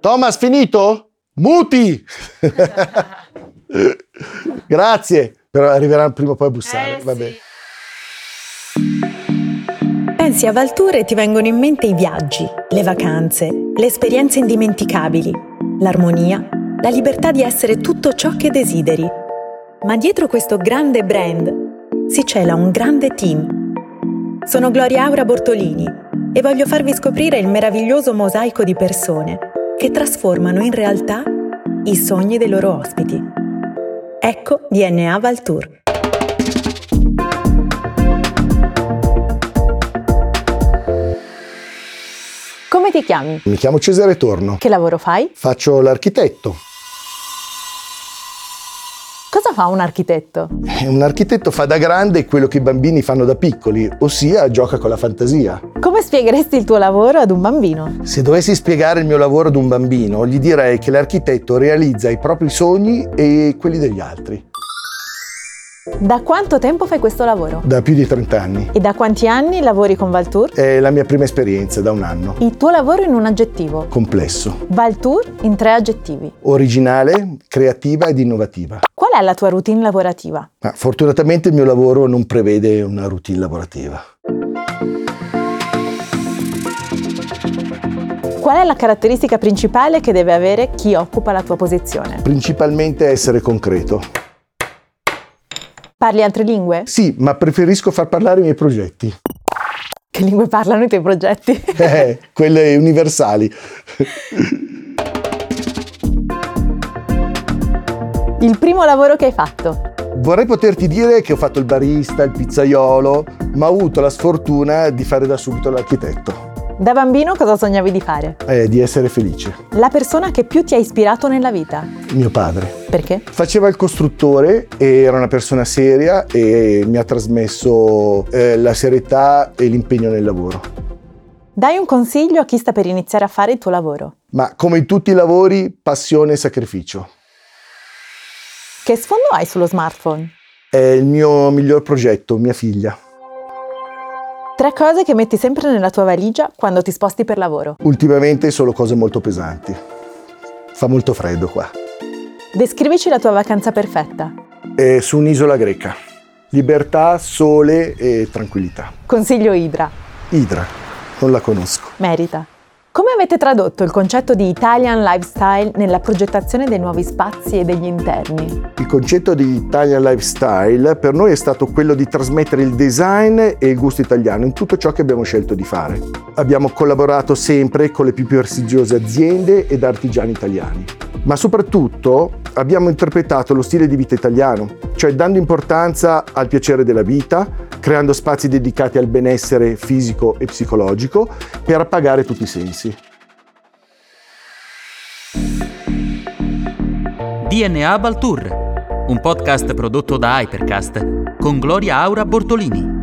Thomas, finito? Muti! Grazie. Però arriveranno prima o poi a bussare. Eh, va sì. bene. Pensi a Valtour e ti vengono in mente i viaggi, le vacanze, le esperienze indimenticabili, l'armonia, la libertà di essere tutto ciò che desideri. Ma dietro questo grande brand si cela un grande team. Sono Gloria Aura Bortolini e voglio farvi scoprire il meraviglioso mosaico di persone che trasformano in realtà i sogni dei loro ospiti. Ecco DNA Valtour. Come ti chiami? Mi chiamo Cesare Torno. Che lavoro fai? Faccio l'architetto. Cosa fa un architetto? Eh, Un architetto fa da grande quello che i bambini fanno da piccoli, ossia gioca con la fantasia. Come spiegheresti il tuo lavoro ad un bambino? Se dovessi spiegare il mio lavoro ad un bambino, gli direi che l'architetto realizza i propri sogni e quelli degli altri. Da quanto tempo fai questo lavoro? Da più di 30 anni. E da quanti anni lavori con Valtour? È la mia prima esperienza, da un anno. Il tuo lavoro in un aggettivo. Complesso, Valtour in tre aggettivi. originale, creativa ed innovativa. Qual è la tua routine lavorativa? Ma fortunatamente il mio lavoro non prevede una routine lavorativa. Qual è la caratteristica principale che deve avere chi occupa la tua posizione? Principalmente essere concreto. Parli altre lingue? Sì, ma preferisco far parlare i miei progetti, Che lingue parlano i tuoi progetti? eh, quelle universali. Il primo lavoro che hai fatto? Vorrei poterti dire che ho fatto il barista, il pizzaiolo, ma ho avuto la sfortuna di fare da subito l'architetto, Da bambino cosa sognavi di fare? eh, di essere felice. La persona che più ti ha ispirato nella vita? Mio padre Perché? faceva il costruttore, e era una persona seria e mi ha trasmesso eh, la serietà e l'impegno nel lavoro. Dai un consiglio a chi sta per iniziare a fare il tuo lavoro. Ma come in tutti i lavori, passione e sacrificio. Che sfondo hai sullo smartphone? È il mio miglior progetto, mia figlia. Tre cose che metti sempre nella tua valigia quando ti sposti per lavoro. Ultimamente solo cose molto pesanti. Fa molto freddo qua. Descrivici la tua vacanza perfetta. È su un'isola greca. Libertà, sole e tranquillità. Consiglio Idra. Idra, non la conosco. Merita. Come avete tradotto il concetto di Italian lifestyle nella progettazione dei nuovi spazi e degli interni? Il concetto di Italian Lifestyle per noi è stato quello di trasmettere il design e il gusto italiano in tutto ciò che abbiamo scelto di fare. Abbiamo collaborato sempre con le più prestigiose aziende ed artigiani italiani, ma soprattutto abbiamo interpretato lo stile di vita italiano, cioè dando importanza al piacere della vita, creando spazi dedicati al benessere fisico e psicologico per appagare tutti i sensi. DNA Baltour, un podcast prodotto da Hypercast con Gloria Aura Bortolini.